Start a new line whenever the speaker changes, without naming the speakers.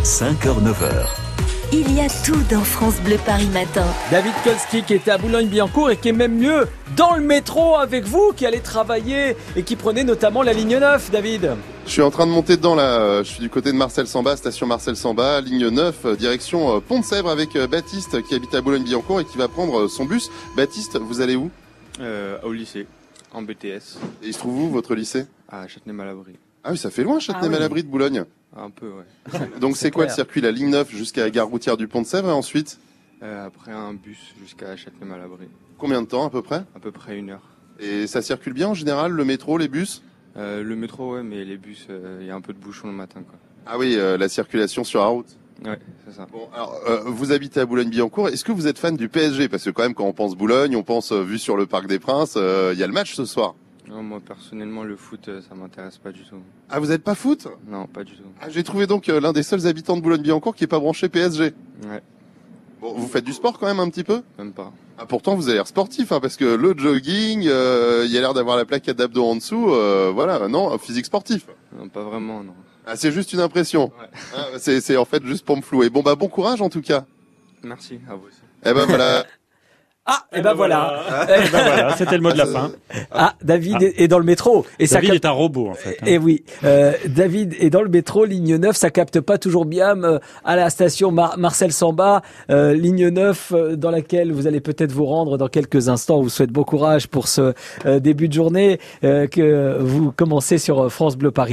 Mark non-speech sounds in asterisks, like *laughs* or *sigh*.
5h-9h.
Il y a tout dans France Bleu Paris Matin.
David Kolski qui était à Boulogne-Billancourt et qui est même mieux dans le métro avec vous, qui allait travailler et qui prenait notamment la ligne 9, David.
Je suis en train de monter dedans là, je suis du côté de Marcel Samba, station Marcel Samba, ligne 9, direction euh, Pont-de-Sèvres avec Baptiste qui habite à Boulogne-Billancourt et qui va prendre euh, son bus. Baptiste, vous allez où
euh, Au lycée, en BTS.
Et il se trouve où votre lycée
À Châtenay-Malabry.
Ah oui, ça fait loin Châtenay-Malabry ah oui. de *laughs* Boulogne.
Un peu, ouais.
Donc c'est quoi clair. le circuit La ligne 9 jusqu'à la gare routière du Pont-de-Sèvres et ensuite
euh, Après un bus jusqu'à Châtenay-Malabry.
Combien de temps à peu près
À peu près une heure.
Et ça circule bien en général, le métro, les bus
euh, le métro, ouais, mais les bus, il euh, y a un peu de bouchon le matin. Quoi.
Ah oui, euh, la circulation sur la route.
Ouais, c'est ça.
Bon, alors, euh, vous habitez à Boulogne-Billancourt. Est-ce que vous êtes fan du PSG Parce que quand même, quand on pense Boulogne, on pense vue sur le Parc des Princes. euh, Il y a le match ce soir.
Non, moi personnellement, le foot, euh, ça m'intéresse pas du tout.
Ah, vous n'êtes pas foot
Non, pas du tout.
Ah, j'ai trouvé donc l'un des seuls habitants de Boulogne-Billancourt qui est pas branché PSG.
Ouais.
Bon, vous faites du sport quand même un petit peu
Même pas.
Ah, pourtant, vous avez l'air sportif, hein, parce que le jogging, il euh, y a l'air d'avoir la plaquette d'abdos en dessous. Euh, voilà, non, physique sportif.
Non, pas vraiment, non.
Ah, c'est juste une impression. Ouais. Ah, c'est en fait juste pour me flouer. Bon, bah, bon courage en tout cas.
Merci, à vous aussi.
Eh ben voilà.
Ah, et, et ben, ben voilà. voilà.
Et ben Eh voilà, c'était le mot
*laughs*
de la fin.
Ah, David ah. est dans le métro.
Et David ça cap... est un robot en fait. Hein.
Et oui, euh, David est dans le métro, ligne 9, ça capte pas toujours bien euh, à la station Mar Marcel Samba, euh, ligne 9 dans laquelle vous allez peut-être vous rendre dans quelques instants. On vous euh, souhaite bon courage pour ce début de journée que vous euh, commencez sur euh, France Bleu Paris.